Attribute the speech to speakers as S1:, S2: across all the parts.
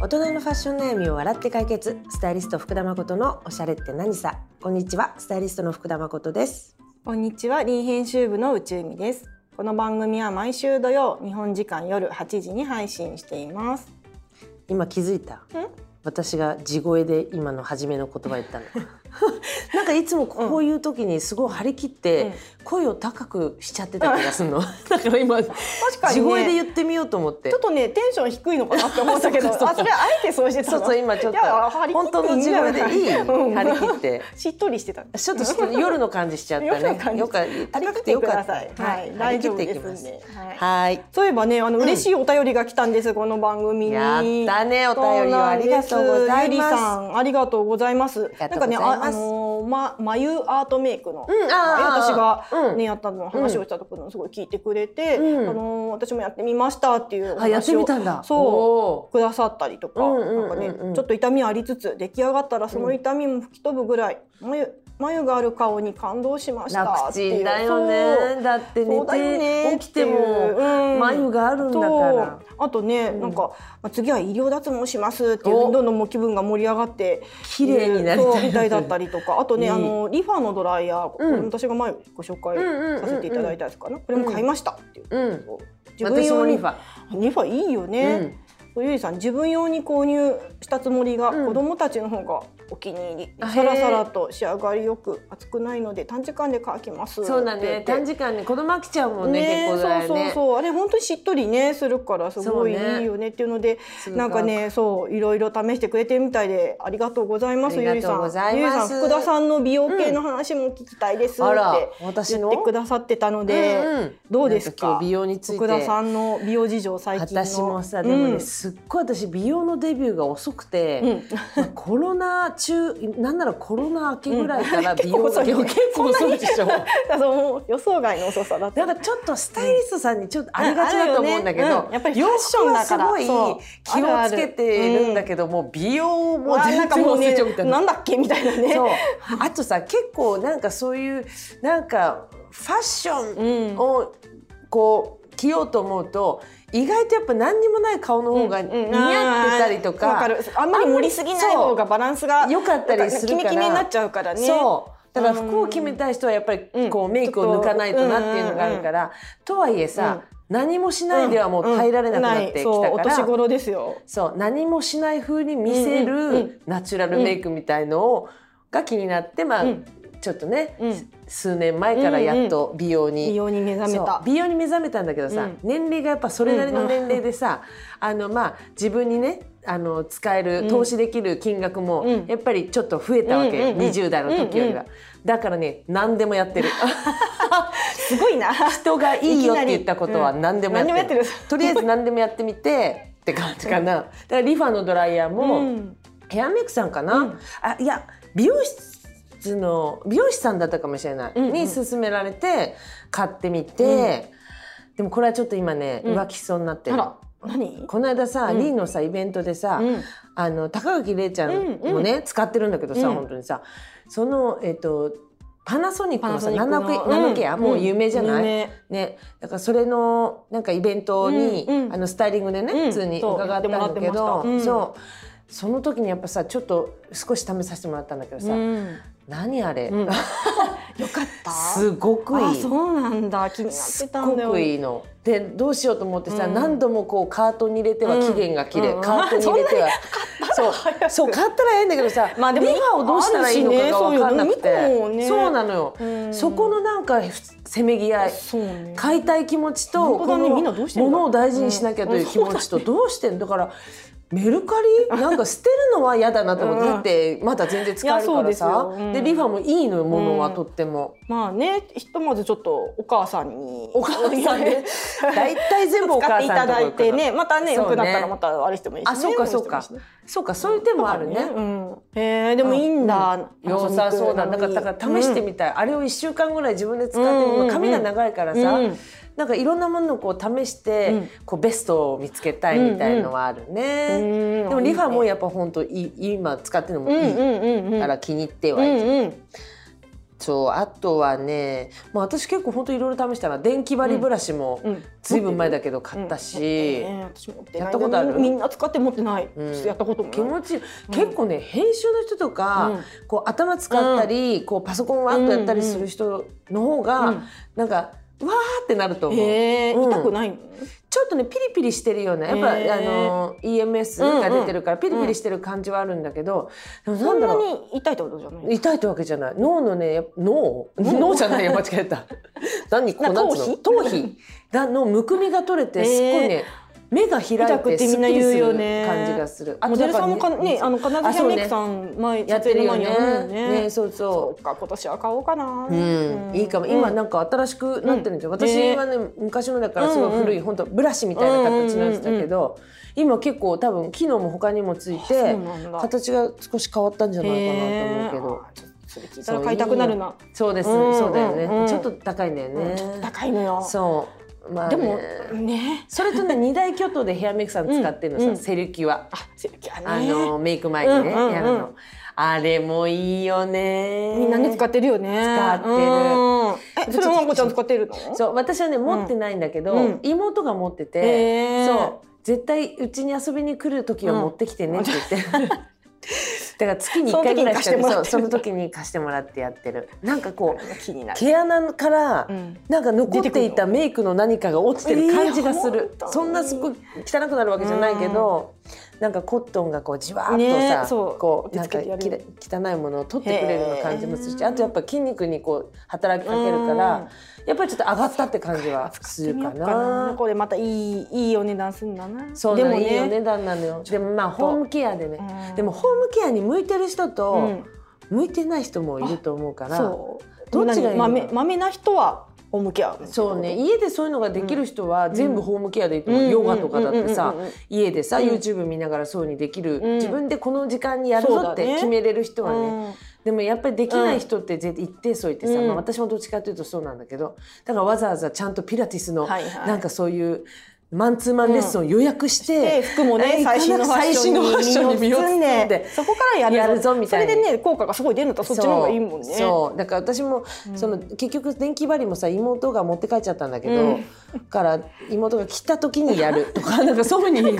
S1: 大人のファッション悩みを笑って解決スタイリスト福田誠のおしゃれって何さこんにちはスタイリストの福田誠です
S2: こんにちは、リー編集部の宇宙美です。この番組は毎週土曜、日本時間夜8時に配信しています。
S1: 今気づいた私が地声で今の初めの言葉言ったの なんかいつもこういう時にすごい張り切って声を高くしちゃってた気がす るのだから今
S2: 確か
S1: 地
S2: に
S1: 声で
S2: ね。
S1: 言ってみようと思って
S2: ちょっとね、テンション低いのかなって思ったけ ど、
S1: そうそうそう
S2: あ、それはあえてそうしてた
S1: そ
S2: の。
S1: うそう今ちょっと
S2: いや張り切
S1: 本
S2: って
S1: 当の地声でいい
S2: うん
S1: 張り切って
S2: しっとりしてた。
S1: ちょっとちょっと 夜の感じしちゃった
S2: 夜の感
S1: ね
S2: じ
S1: よかった
S2: 高
S1: 張り
S2: く
S1: 切っててよ
S2: く
S1: か
S2: だ
S1: った
S2: さい。はい、
S1: 張り
S2: 大
S1: 切
S2: 丈
S1: っ
S2: 夫
S1: てい
S2: で
S1: きますす
S2: んで。はい
S1: はい
S2: そういえばね、あの嬉しいお便りが来たんです、この番組に。
S1: やったねお便りをありがとうございます
S2: ゆりさん、ありがとうございます。
S1: ありがとう
S2: な
S1: んござい
S2: かね、
S1: ます
S2: あ、あのーま、眉アートメイクの。
S1: うんあー
S2: 私が
S1: うん
S2: ね、やったの話をしたところすごい聞いてくれて、
S1: うん
S2: あのー私もやってみましたっていうお話を
S1: あやってみたんだ
S2: そう
S1: お
S2: くださったりとか、
S1: うんうんうんうん
S2: なんかねちょっと痛みありつつ出来上がったらその痛みも吹き飛ぶぐらい、眉眉がある顔に感動しました
S1: 楽
S2: っていう
S1: ちんだよ
S2: そう
S1: ねだって
S2: そ
S1: 寝
S2: うだよね
S1: て起きても
S2: うん
S1: 眉があるんだから
S2: そうあとね、なんかまあ次は医療脱毛しますっていう
S1: お
S2: どんどんもう気分が盛り上がって
S1: 綺麗になりたい
S2: そうみたい だったりとかあとね
S1: いい
S2: あのリファのドライヤー、これ
S1: うん
S2: 私が前ご紹介
S1: うんうんうんうん
S2: させていただいたやつかな、これも買いましたっていう、
S1: うん
S2: 自分
S1: 私も
S2: 用
S1: リ
S2: に
S1: ファ
S2: リファいいよね、ゆりさん自分用に購入したつもりが、
S1: うん
S2: 子供たちの方がお気に入り
S1: あへー
S2: サラサラと仕上がりよく熱くないので短時間で乾きます
S1: そうだ
S2: って言っ
S1: ね
S2: て
S1: 短時間ね子供飽きちゃうもんね結構だ
S2: そう
S1: よ
S2: そう
S1: ね
S2: そうあれ本当にしっとりねするからすごいい
S1: そうね
S2: いよねっていうので
S1: 通過
S2: なんかねそういろいろ試してくれてるみたいでありがとうございます
S1: ありがとう
S2: ゆりさん
S1: ございます
S2: ゆりさん福田さんの美容系の話も聞きたいですっ
S1: あら
S2: て
S1: 私
S2: 言
S1: の
S2: ってくださってたので、
S1: うんうん
S2: どうです
S1: なん
S2: か
S1: 今日美容について
S2: 福田さんの美容事情最近の
S1: 私もさでも
S2: う
S1: ね
S2: ん
S1: すっごい私美容のデビューが遅くて
S2: うん
S1: まあコロナ中なんならコロナ明けぐらいから美容
S2: 結構遅いね
S1: 結構遅いでしょ
S2: だからもう予想外の遅さだった
S1: なんかちょっとスタイリストさんにちょっとありがちだと思うんだけど、
S2: うんあるよねうんやっぱりファッションだから
S1: 洋服はすごい気
S2: そうあ
S1: を
S2: る
S1: つ
S2: ある
S1: けてるんだけど、もう美容も全然忘れちゃうみたいな。
S2: んかもうねなんだっけみたいなね
S1: そうあとさ結構なんかそういうなんかファッションをこう着ようと思うと意外とやっぱ何にもない顔の方が似合ってたりと
S2: うんわ
S1: か
S2: かるあんまり盛りすぎない方がバランスが
S1: 良かったりするから
S2: キメキメになっちゃうからね
S1: そうだから服を決めたい人はやっぱりこう
S2: うん
S1: メイクを抜かないとなっていうのがあるからとはいえさ何もしないではもう耐えられなくなってきた
S2: うんないそうお
S1: か
S2: 年
S1: ら
S2: 頃ですよ
S1: そう何もしない風に見せ
S2: うんうんう
S1: るナチュラルメイクみたいのをが気になってまあ
S2: うん
S1: ちょっとね
S2: うん
S1: 数年前からやっと美容に
S2: 美容に目覚め
S1: そう
S2: た
S1: 美容に目覚めたんだけどさ、
S2: うん
S1: 年齢がやっぱそれなりの年齢でさ、あのまあ自分にねあの使える投資できる金額も
S2: うん
S1: やっぱりちょっと増えたわけ、
S2: うんうんうん
S1: 20代の時よりは、
S2: うん
S1: だからね何でもやって る
S2: すごいな
S1: 人が いいよっ
S2: いき
S1: て
S2: なり
S1: 言ったことは
S2: うん
S1: 何でもやってる,、
S2: 何でもやってる
S1: とりあえず何でもやってみてって感じかな、だからリファのドライヤーも、
S2: うん
S1: ヘアメイクさんかな、
S2: うん
S1: あいや美容室の美容師さんだったかもしれない、
S2: うんうん
S1: に勧められて買ってみて、でもこれはちょっと今ね、
S2: うん
S1: 浮気しそうになって
S2: あ
S1: る
S2: ら何
S1: この間さ、
S2: うん
S1: リーのさイベントでさ、
S2: うん
S1: あの高垣玲ちゃんもね、使ってるんだけどさ、
S2: うん
S1: 本当にさそのえっ、とパナソニックのさ
S2: パナソニックの
S1: 7K や、
S2: うん
S1: もう有名じゃない、
S2: 有名
S1: ね、だからそれのなんかイベントに、
S2: うんうん
S1: あのスタイリングでね、
S2: うん
S1: 普通に伺ったんだ
S2: そう
S1: け
S2: やってもら
S1: ど、
S2: ってましたうん
S1: そうその時にやっぱさちょっと少し試させてもらったんだけどさ、
S2: うん
S1: 何あれ、
S2: うん よかった
S1: すごく
S2: あ
S1: いい。
S2: そうなんだ気になって
S1: す
S2: たんだ
S1: っ
S2: よ
S1: ごくいいの。でどうしようと思ってさ、
S2: うん
S1: 何度もこうカートに入れては期限が切れ、
S2: うん
S1: カートに入れては、そう
S2: 早く
S1: そう買ったらええんだけどさ、まあでもリファをどうしたらいいのかが分かんなくて、
S2: あるしねそうよね二個もね
S1: そうなのよ、
S2: うん
S1: そこのなんかせめぎ合い。
S2: そうね
S1: 買いたい気持ちと、
S2: 本
S1: こ
S2: 当だね
S1: の
S2: みんなどうしてんだ
S1: 物を大事にしなきゃという気持ちとどうしてんだからメルカ リなんか捨てるのは嫌だなと思って、
S2: うん
S1: だってまだ全然使える
S2: いや
S1: か
S2: そうで
S1: ら
S2: す
S1: さ
S2: よ
S1: で,、
S2: うん
S1: リファもいいのよ物はとっても、
S2: まあねひとまずちょっとお母さんに
S1: お母 さんね大体全部お
S2: 使っ
S1: 母
S2: てい
S1: さ
S2: た
S1: んのとこ行
S2: だい
S1: くから
S2: てねまたね
S1: そうね
S2: 良くなったらまたあれしてもいいし、ね、
S1: あそうかそう
S2: こ
S1: か
S2: してもいいしね
S1: そうかそういう手もあるね、
S2: うん、へえでもいいんだ、
S1: 良さそうなんだからだから試してみたい、あれを1週間ぐらい自分で使ってみる
S2: うんうんう
S1: の
S2: ん
S1: 髪が長いからさ、
S2: うん
S1: なんかいろんなものをこう試して、
S2: うん
S1: こうベストを見つけたいみたいのはあるね、
S2: うん
S1: でもリファもやっぱ本当いい今使ってるのも
S2: う
S1: い
S2: ん
S1: い
S2: うんうんうん
S1: から気に入って
S2: う
S1: はいる、
S2: んうん
S1: そうあとはね、まあ、私結構本当いろいろ試したら電気針ブラシも
S2: うん
S1: ずいぶん前だけど買ったし、
S2: うんえー私持ってない
S1: やったことある
S2: みんみんな使って持ってない、
S1: うん
S2: ちょっとやったこともない
S1: 気持ちいい結構ね編集の人とか、こう頭使ったり、こうパソコンワーッとやったりする人の方が、
S2: うん
S1: なんかわーってなると
S2: う
S1: 思
S2: ん
S1: う、
S2: えー
S1: うん
S2: 痛くないの、
S1: ちょっとねピリピリしてるようなやっぱ、
S2: へー
S1: あの EMS が出てるからピリピリしてる感じはあるんだけど、でも
S2: そ
S1: なん
S2: ん
S1: だ
S2: な
S1: ろう
S2: に痛いってことじゃない
S1: 痛いってわけじゃない脳のねやっぱ脳脳じゃないよ間違え た何こうなんつうの
S2: 頭
S1: 頭皮がのむくみが取れてすっごいね、目が開
S2: 痛
S1: い
S2: くって
S1: す
S2: てみ
S1: っ
S2: んな
S1: きり
S2: 言
S1: す
S2: うよ
S1: る
S2: ね
S1: 感じがするあ
S2: モデルさんもか
S1: なん
S2: ねあの金
S1: あ
S2: 指
S1: そ
S2: ヘ
S1: う
S2: メ
S1: ね
S2: イクさん前
S1: やってるよね
S2: 撮影の前にあるもん
S1: ねそうそ
S2: そっか今年は買おうかな、
S1: ううん、いいかも今なんか新しくなってるんですよ、私はね昔のだからすごい古い、本当ブラシみたいな形のやつだけど、今結構多分機能も他にもつい
S2: そう
S1: て
S2: なんだ
S1: 形が少し変わったんじゃないかなと思うけど
S2: へーあちょっとそれ聞いたら買いたくなるな
S1: そうですね、
S2: うん
S1: そうだよね、
S2: うん
S1: ちょっと高いんだよね、
S2: うんちょっと高いのよ
S1: そうまあ、
S2: で
S1: ね、
S2: もね
S1: それとね二大巨頭でヘアメイクさん使ってるのさ、
S2: うんうん
S1: セルキュア
S2: あセルキュア
S1: あ
S2: ね
S1: のメイク前にね、
S2: うんうんうん
S1: やるのあれもいいよね
S2: みんなね使ってるよね
S1: 使ってる
S2: るえそれもまこちゃん使ってるの
S1: そう私はね持ってないんだけど、
S2: うん
S1: 妹が持ってて、
S2: へー
S1: そう絶対うちに遊びに来る時は持ってきてねって言って、 だから月に1回ぐらいしか
S2: その時に貸してもらってる
S1: そうその時に貸してもらってやってるなんかこう
S2: 気になる
S1: 毛穴から、
S2: うん
S1: なんか残っていたメイクの何かが落ちてる感じがす
S2: えー
S1: る
S2: 本、当
S1: そんなすごい汚くなるわけじゃないけど、なんかコットンがこうじわーっとさ、
S2: ねそう
S1: こう
S2: 落
S1: な
S2: ち
S1: んか
S2: 着けてやる
S1: きれ汚いものを取ってくれるような感じもするしあとやっぱ筋肉にこう働きかけるからやっぱりちょっと上がったって感じはするか
S2: やってみようかな
S1: な。
S2: これまたいいいいお値段すんだな
S1: そう
S2: で
S1: な
S2: も
S1: の、
S2: ね
S1: いいお値段なのよでもまあホームケアでね、
S2: うん
S1: でもホームケアに向いてる人
S2: う
S1: と
S2: ん
S1: 向いてない人もいると思うから、
S2: そう
S1: どっちがいいの
S2: まめまめな人はホームケア
S1: そうね家でそういうのができる人は全部ホームケアでいいと思う、
S2: うん
S1: ヨガとかだってさ、
S2: うんうんうんうん
S1: 家でさ、
S2: うん
S1: YouTube 見ながらそういうにできる、
S2: うん
S1: 自分でこの時間にやるぞっ
S2: そうだ
S1: て
S2: ね
S1: 決めれる人はね、
S2: うん
S1: でもやっぱりできない人って絶対一定数いてさ、
S2: うん
S1: まあ、私もどっちかというとそうなんだけどだからわざわざちゃんとピラティスの
S2: はいはい
S1: なんかそういうマンツーマンレッスンを予約して、
S2: で服もね
S1: え
S2: 最新のファッショ
S1: 最新
S2: ンに
S1: のファッションに身を包んで
S2: そこからやる
S1: やるぞみたいな
S2: それでね効果がすごい出るんだったらそっちの方がいいもんね
S1: そうそうだから私も、その結局電気針もさ妹が持って帰っちゃったんだけど、から妹が来た時にやるとかなんかそういうふうに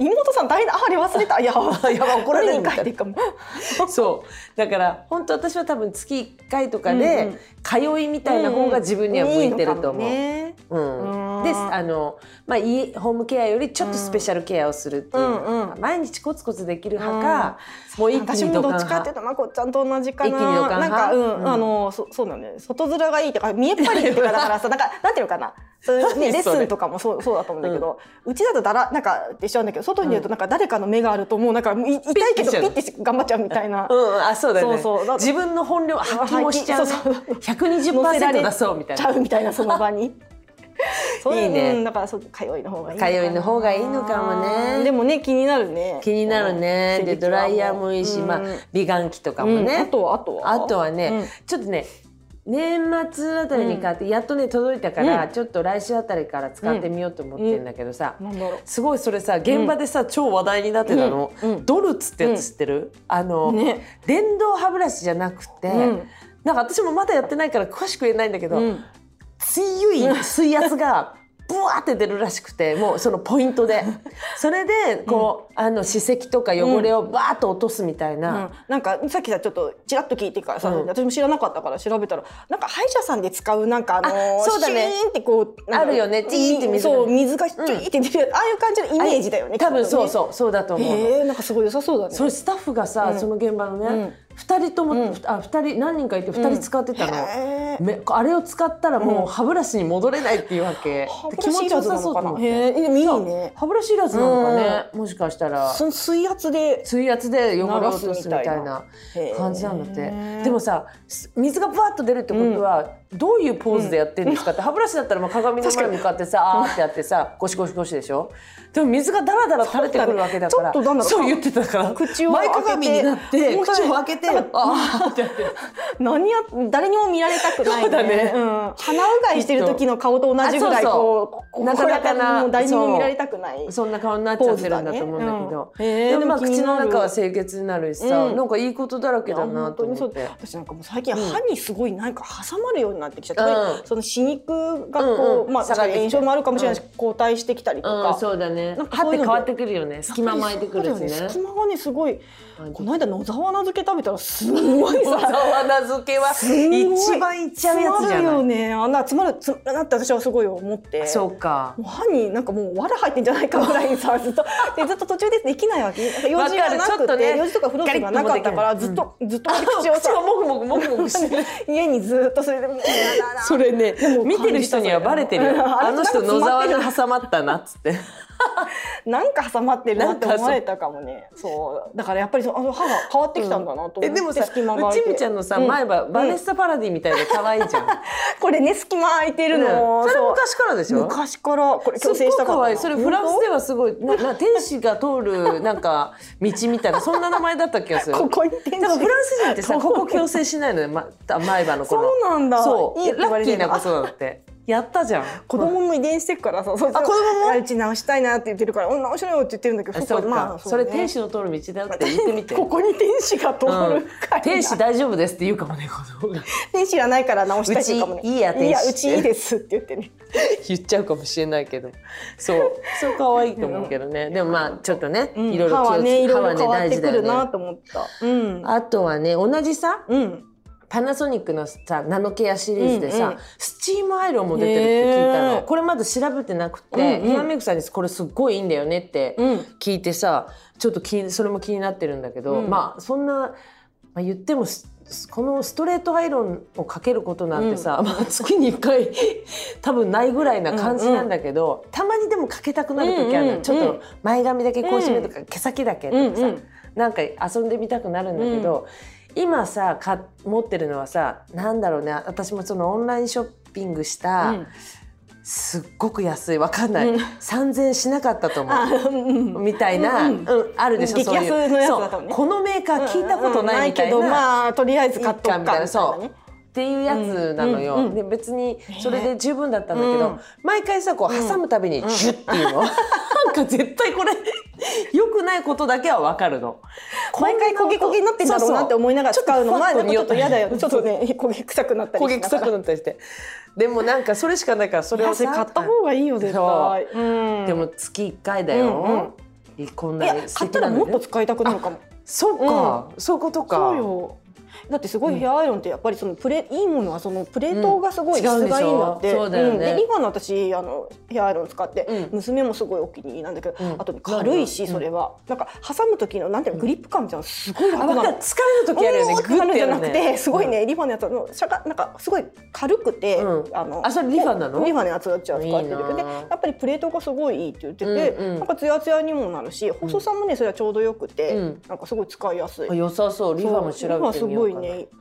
S2: 妹さん大変だああれ忘れ たやば
S1: やばい怒られるみ
S2: み
S1: たいな
S2: たいかも
S1: そうだから本当私は多分月1回とか
S2: うんう
S1: で
S2: ん
S1: 通いみたいな方が自分には向いてると思う。
S2: いいのかもね
S1: うん
S2: うん
S1: であの、まあ、家ホームケアよりちょっとスペシャルケアをするっていう、
S2: うんうん
S1: 毎日コツコツできる派か、もう一気
S2: 私
S1: にド
S2: もど
S1: カ
S2: っ
S1: ン
S2: ちかってい
S1: 派
S2: うとまこちゃんと同じか
S1: 一
S2: な
S1: 気に予感
S2: なんか
S1: 派
S2: う
S1: う
S2: ん、
S1: ん
S2: あのそそうなんだよね外面がいい ってか見えっ張りってかだからさなんかなんていうのかな そういうねレ
S1: 何
S2: ッ
S1: それ
S2: スンとかもそうそうだと思うんだけど、うちだとだらなんかってしちゃうんだけど外にいるとなんか誰かの目があるともうなんかい痛いけど
S1: ピ
S2: ピ
S1: ッ
S2: ッてし頑張っちゃうみたいな。
S1: うん、あそうだよね
S2: そうそうだ
S1: 自分の本領発揮もしちゃう,、ね、
S2: そうそう乗せられ
S1: 120%出そうみたい
S2: ちゃ
S1: な
S2: うみたいなその場 に。そうう
S1: いいね
S2: うんだからそう通いの方がいいのかな。
S1: 通いの方がいいのかもね
S2: でもね気になるね。
S1: 気になるね
S2: うん
S1: でドライヤーもいいし、まあ、美顔器とかもね、
S2: うんあとはあとは
S1: あとはね、
S2: うん
S1: ちょっとね年末あたりに買って、やっとね届いたから、ちょっと来週あたりから使ってみようと思ってんだけどさ、
S2: なんだろう
S1: すごいそれさ現場でさ、超話題になってたの、
S2: うんうん
S1: ドルツってやつ知ってる、あの、
S2: ね
S1: 電動歯ブラシじゃなくて、
S2: うん
S1: なんか私もまだやってないから詳しく言えないんだけど、
S2: うん
S1: 強い水圧がブワーって出るらしくてもうそのポイント でそれでこう、あの歯石とか汚れをバーッと落とすみたいな、
S2: うん、なんかさっきさちょっとちらっと聞いてからさ、
S1: うん
S2: 私も知らなかったから調べたらなんか歯医者さんで使うなんかあのー
S1: あそうだね
S2: シュイーンってこうなんか
S1: あるよねチーンって水が
S2: そう水がチュイーンって出る、ああいう感じのイメージだよね
S1: 多分そう
S2: う
S1: そうそうだと思うの。
S2: へえなんかすごい良さそうだね
S1: それスタッフがさ、その現場のね、二2人とも、あ2人何人かいて2人使ってたの、
S2: へ
S1: めあれを使ったらもう歯ブラシに戻れないっていうわけ、
S2: 歯ブラ
S1: 気持
S2: シい
S1: ち
S2: ら
S1: よ
S2: ずな
S1: さ
S2: の
S1: そう
S2: か
S1: と
S2: な
S1: 思って
S2: へえでもいいね
S1: 歯ブラシいらずなのかね、もしかしたら
S2: その水圧で
S1: 水圧で汚れを落とすみたい
S2: 流
S1: な
S2: すみたいな
S1: 感じなんだって
S2: へー
S1: でもさす水がバーッと出るってことは、どういうポーズでやってるんですかって、歯ブラシだったらまあ鏡の前向かってさあーってやってさゴシゴシゴシでしょでも水がダラダラ垂れてくるわけだから
S2: そうだねち
S1: そ
S2: ょっと
S1: う
S2: なんだろ
S1: 言ってたから
S2: 口を開
S1: 前
S2: けて
S1: かがみになって
S2: 本当だ
S1: 口
S2: ね
S1: を開けて
S2: なん
S1: あーってやってる
S2: 何や誰にも見られたくない
S1: そうだね
S2: うん、鼻うがいしてる時の顔と同じぐらい
S1: あそう
S2: こ
S1: そうう
S2: なかな
S1: なか
S2: か
S1: なか
S2: もう誰にも見られたくない
S1: そんな顔になっちゃってるんだと思うんだけど、
S2: ポーズだねうんへー
S1: でもまあ
S2: でも気
S1: 口
S2: にな
S1: の
S2: る
S1: 中は清潔になるしさ、
S2: うん
S1: なんかいいことだらけだ
S2: いや
S1: な
S2: 本
S1: と
S2: 当に
S1: 思
S2: そ
S1: っ
S2: う
S1: て。
S2: 私なんかもう最近
S1: うん
S2: 歯にすごいなんか挟まるようになってきちゃって、
S1: うん
S2: その歯肉がこう、
S1: うんうん
S2: まあ
S1: 下
S2: 確
S1: がってき
S2: かに
S1: て
S2: 炎症もあるかもしれないし、後退してきたりと
S1: うん、
S2: か、
S1: そうだね
S2: なん。か
S1: 歯
S2: そ
S1: っ
S2: うい
S1: て
S2: う
S1: 変
S2: ので
S1: わってくるよね。隙間巻いてくるし
S2: そうだよ
S1: ね。
S2: 隙間がねすごい
S1: あ
S2: この間野沢菜漬け食べたらすご い
S1: 小
S2: さ
S1: 沢菜漬けは
S2: すんごい
S1: 一番いっちゃうやつじゃ
S2: 詰まる
S1: な
S2: よ
S1: い。
S2: ねあんな詰まる詰まるなって私はすごい思って
S1: そうか。
S2: もう歯になんかもう藁入ってんじゃないかぐらいさずっとでずっと途中でできないわけなんか用事がな
S1: わかるちょっ
S2: く
S1: と
S2: て、
S1: ね
S2: 用事とかフロスがなかったか
S1: ガ
S2: ら
S1: リッともできない
S2: ずっと、ずっと口を
S1: 口
S2: さ
S1: がもぐもぐもぐもぐしてる。
S2: 家にずっとそれでもうやだな
S1: それね
S2: も、
S1: 見てる人にはバレてる
S2: 感じた
S1: よ。
S2: それ
S1: あの人野沢菜挟まったなっつって。
S2: なんか挟まってるなって
S1: なんかそ
S2: 思
S1: う
S2: われたかもねそうだからやっぱりそうあの歯が変わってきたんだなと思って、
S1: えでもさ、う
S2: 隙間が空い
S1: ち
S2: て
S1: みちゃんのさ前歯バネスタパラディみたいで可愛い じゃん。
S2: これね隙間空いてるの、
S1: それ
S2: そう
S1: 昔からでしょ。
S2: 昔からこれ
S1: すっ
S2: 強制し
S1: ご
S2: た
S1: い
S2: か
S1: 可
S2: ら
S1: 愛い。それフランスではすごいなな天使が通るなんか道みたいなそんな名前だった気がする。
S2: ここに
S1: だからフランス人って さここ矯正しないのよ、ま、前歯のこの
S2: そうなんだ
S1: そう
S2: いいっ
S1: ラ
S2: て言わ
S1: ッ
S2: れ
S1: キ
S2: て
S1: ー
S2: るな
S1: なことなんだってやったじゃん
S2: 子供の遺伝してるからさ、そう
S1: あ子供も
S2: あうち直したいなって言ってるから、うん直しろよって言ってるんだけど、
S1: そうか、それ天
S2: 使
S1: 使の通る道だよって言って みて
S2: ここに天使が通る
S1: うん
S2: から、
S1: 天使大丈夫ですって言うかもね子 供が
S2: 天使はないから直したいって言うかもね。
S1: うちいいや天使
S2: いやうちいいですって言ってね。
S1: 言っちゃうかもしれないけど そうそう可愛いと思うけどね、でもまあちょっとね、
S2: うん
S1: いろいろ
S2: 歯
S1: 気を
S2: は
S1: つ
S2: ね、
S1: け
S2: いろいろ変わってくるな
S1: ね
S2: と思った。うん。
S1: あとはね同じさ
S2: うん。
S1: パナソニックのさナノケアシリーズでさ、
S2: うんうん
S1: スチームアイロンも出てるって聞いたの、
S2: へー
S1: これまだ調べてなくて、
S2: うんうん
S1: ヘアメイクさんにこれすっごいいいんだよねって
S2: うん
S1: 聞いてさちょっと気にそれも気になってるんだけど、
S2: うん
S1: まあそんな、まあ、言ってもすこのストレートアイロンをかけることなんてさ、まあ、月に1回多分ないぐらいな感じなんだけど、たまにでもかけたくなる時ある、
S2: うんうんうん
S1: ちょっと前髪だけこう締めとか、毛先だけとかさ、
S2: うんうん
S1: なんか遊んでみたくなるんだけど、今さか持ってるのはさなんだろうね私もそのオンラインショッピングした、
S2: うん
S1: すっごく安いわかんない、
S2: うん
S1: 3,000円しなかったと思う。
S2: あ、うんうん。
S1: みたいな、
S2: う
S1: うんんあるでしょ
S2: 激安
S1: そういう
S2: のやつだとね
S1: そうこのメーカー聞いたことないみたいな,、
S2: うんうんうんないけど、まあとりあえず買っとくか
S1: いいかみ
S2: み
S1: た
S2: た
S1: い
S2: い
S1: な
S2: な。
S1: そう
S2: ね。
S1: っていうやつなのよ、
S2: うんうんうん
S1: で別にそれで十分だったんだけど、
S2: うん
S1: 毎回さこう挟むたびにジュッっていうの、なんか絶対これ良くないことだけはわかるの
S2: 毎回焦げ焦げになってんだろうなっ
S1: そう
S2: て
S1: そう
S2: 思いながら使うのは
S1: そうそう
S2: でもちょっと嫌だよ
S1: ち
S2: ね。
S1: ょっ
S2: ちょっとね 焦げ臭くなったり
S1: 焦
S2: し
S1: げ
S2: ながら
S1: 臭くなったりしてでもなんかそれしかないからそれを
S2: 安い
S1: さ
S2: 買った方がいいよ絶対。うん
S1: でも月1回だよ、こん
S2: い
S1: な
S2: や
S1: に素
S2: 買っ
S1: 敵
S2: たら
S1: なの
S2: もっ
S1: ね
S2: と使いたくなるかも。
S1: そうか、そういうことか
S2: そうよ。だってすごいヘアアイロンってやっぱりそのプレいいものはそのプレートがすご
S1: うん
S2: い質
S1: 違うんでしょ
S2: がいいんだって。
S1: そうだよね
S2: んで今の私あのヘアアイロン使って
S1: うん
S2: 娘もすごいお気に入りなんだけど
S1: うん、
S2: あと軽いしそれはなんか挟む時のなんていうのグリップ感みたいなのすごい
S1: あ
S2: 楽
S1: わか
S2: な
S1: る
S2: の。
S1: 疲れる時あるよね
S2: おーって
S1: グ
S2: な
S1: ッ
S2: るん
S1: て
S2: じ
S1: や
S2: ゃ
S1: る
S2: な
S1: ね
S2: くて、すごいねリファのやつはあのしゃがなんかすごい軽くて、
S1: うん
S2: あの
S1: あそれリファなの
S2: リファのやつはじゃあ使ってるけど
S1: いい
S2: で
S1: な
S2: やっぱりプレートがすごいいいって言ってて、
S1: うんうん
S2: なんかツヤツヤにもなるし細さもねそれはちょうどよくて、
S1: うん
S2: なんかすごい使いやすい
S1: あ。良さそうリファも調べてみようか
S2: リファすごい
S1: な、
S2: ね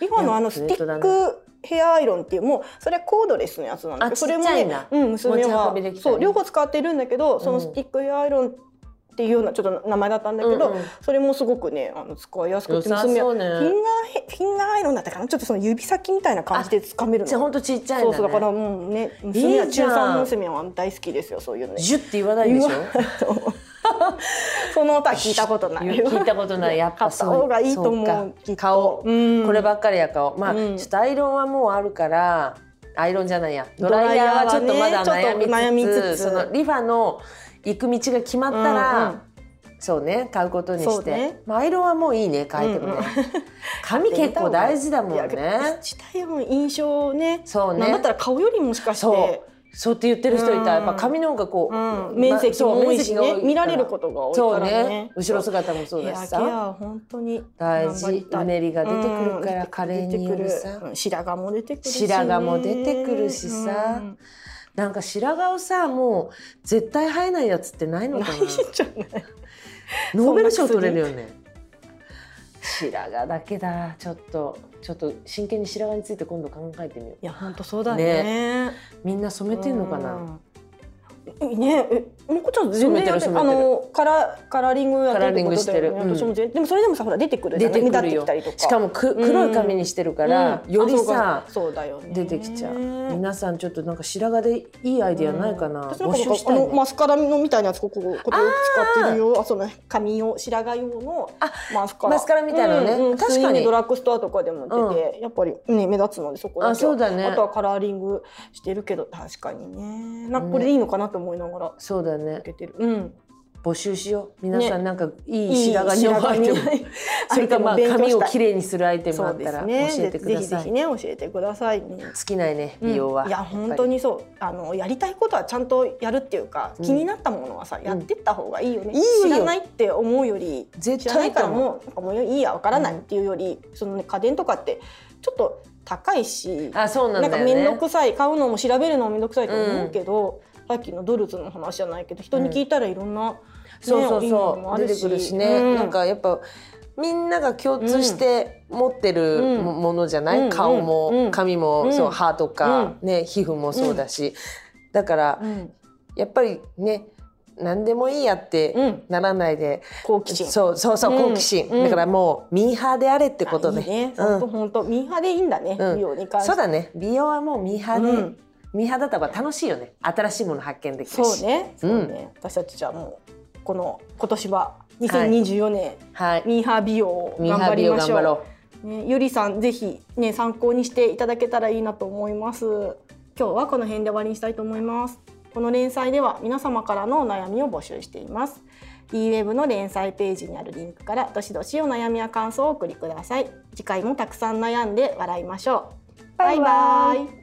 S2: リファのあのスティックヘアアイロンっていうもうそれはコードレスのやつなんだけど
S1: あ
S2: それも
S1: ちっちゃいんだ
S2: ね、うん、娘
S1: 持ち運
S2: は、
S1: びできたり
S2: そう両方使ってるんだけどそのスティックヘアアイロンっていうようなちょっと名前だったんだけど、
S1: うんうん
S2: それもすごくねあの使いやすくて
S1: 良さそうね
S2: 娘はフィンガーヘフィンガーアイロンだったかなちょっとその指先みたいな感じで掴めるの
S1: じゃあほんとちっちゃいん
S2: そ
S1: だ
S2: う
S1: ね
S2: そうだからもうね娘はい
S1: いじゃ
S2: 中
S1: ん
S2: 三の娘は大好きですよそういうのね
S1: ジュって言わないでしょ
S2: 言わ その音は聞いたことない
S1: 聞いたことないやっぱそう
S2: 買った方がいいと思う
S1: そか
S2: きっと
S1: 顔、
S2: うん
S1: こればっかりや顔まあ、
S2: うん
S1: ちょっとアイロンはもうあるからアイロンじゃないやドライヤーはちょっとまだ
S2: ドライヤーはね
S1: 悩みつつ,、
S2: ちょっと悩
S1: そ
S2: みつつ
S1: のリファの行く道が決まったら、
S2: うんうん
S1: そうね買うことに
S2: そ
S1: し
S2: う
S1: て、
S2: ね
S1: まあ、アイロンはもういいね変えてもね、
S2: うんうん
S1: 髪結構大事だもん
S2: いや
S1: ね
S2: 自体の印象をね
S1: そうね
S2: なんだったら顔よりもしかして
S1: そうそうって言ってる人いた、
S2: うん
S1: やっぱ髪の方がこう、
S2: うん
S1: ま
S2: 面積も
S1: そう
S2: 多いし
S1: 面積
S2: ね
S1: が多いから
S2: 見られることが多いからね
S1: そうね後ろ姿もそう
S2: ヘ
S1: だ
S2: ア
S1: し
S2: ケ
S1: さ
S2: アは本当に
S1: 大事
S2: 頑張りたいう
S1: ねりが出てくるから
S2: うん
S1: 加齢によるさ
S2: 出てくるうん白髪も出てくるしね
S1: 白髪も出てくるしさ
S2: うん
S1: なんか白髪をさもう絶対生えないやつってないのかな
S2: ないんじゃない
S1: ノーベル賞取れるよね白髪だけだちょっとちょっと真剣に白髪について今度考えてみよ
S2: いや本当そうだね。
S1: うみんな染めてんのかな
S2: うん。ねえもこちゃん全然やって
S1: 染めてる染めてる
S2: あのカラーカラーリングやってるって
S1: カラーリン
S2: ことだよね
S1: グしてるうん
S2: 私も全でもそれでもさほら出てくるじゃん
S1: 出てくるよ
S2: 目立ってきたりとか
S1: しかもく黒い髪にしてるから、よりさ
S2: あそうかそうだよね
S1: 出てきちゃう、
S2: うん
S1: 皆さんちょっとなんか白髪でいいアイディアないかな、
S2: 私なん
S1: 募
S2: かなん
S1: 集
S2: か
S1: し
S2: あ
S1: たい、
S2: の
S1: ね
S2: マスカラのみたいなやつここここで使ってるよあその髪用白髪用の
S1: あ
S2: マスカラ
S1: マスカラみたいなのね
S2: うんうん
S1: 確かに
S2: 普通ドラッグストアとかでも出て、やっぱり、ね、目立つのでそこだけは
S1: あそうだね
S2: あとはカラーリングしてるけど確かにねなんかこれでいいのかなと思いながら
S1: そうだね
S2: つけてる、うん
S1: 募集しよう皆さんなんかいい
S2: いい
S1: 白髪に
S2: 白
S1: アイ
S2: 髪に
S1: テム それか まあ
S2: アイテムを勉強
S1: 髪を
S2: したい
S1: きれいにするアイテムあ
S2: そう
S1: っ
S2: で
S1: たら
S2: す
S1: 教
S2: ね
S1: えてくだ
S2: ぜひぜ
S1: さい、
S2: ひね教えてくださいね
S1: 尽きないね
S2: うん
S1: 美容は、
S2: いや本当にそうあのやりたいことはちゃんとやるっていうか、
S1: うん
S2: 気になったものはさやってった方がいいよね、
S1: いいよ
S2: 知らないって思うより
S1: 絶
S2: 知らな
S1: 対
S2: いから
S1: と思う
S2: もうなんかもういいやわからないっていうより、そのね、家電とかってちょっと高いし
S1: あそうなんだ
S2: なんか
S1: よね
S2: 面倒くさい買うのも調べるのも面倒くさいと思うけど、さっきのドルツの話じゃないけど人に聞いたらいろんな、ね
S1: そうそう
S2: いいのも
S1: そ
S2: あ
S1: う出てくるしね、
S2: う
S1: なんかやっぱみんなが共通して持ってる
S2: うん
S1: もものじゃない、
S2: うん
S1: 顔も、
S2: うん
S1: 髪も、
S2: うん
S1: そう歯とか、ね皮膚もそうだし、だから
S2: うん
S1: やっぱりね何でもいいやって
S2: うん
S1: ならないで、
S2: 好奇心
S1: そうそうそう
S2: うん
S1: 好奇心、
S2: うん
S1: だからもうミーハーであれってことね
S2: あいいね
S1: うん
S2: 本当本当ミーハーでいいんだね、
S1: うん
S2: 美容に関して
S1: そうだね美容はもうミーハーで、
S2: うん
S1: ミーハーだった方が楽しいよね新しいもの発見できるし
S2: そうね、そうね、私たちじゃあもうこの今年は2024年、
S1: はい
S2: ミーハー美容を
S1: ミー
S2: 頑
S1: ハ
S2: 張
S1: ー美
S2: り
S1: 容
S2: ま
S1: 頑
S2: しょ
S1: 張
S2: う。
S1: ろ
S2: ね、ゆりさんぜひね参考にしていただけたらいいなと思います。今日はこの辺で終わりにしたいと思います。この連載では皆様からのお悩みを募集しています。DWEB の連載ページにあるリンクからどしどしお悩みや感想をお送りください。次回もたくさん悩んで笑いましょう。バイバイ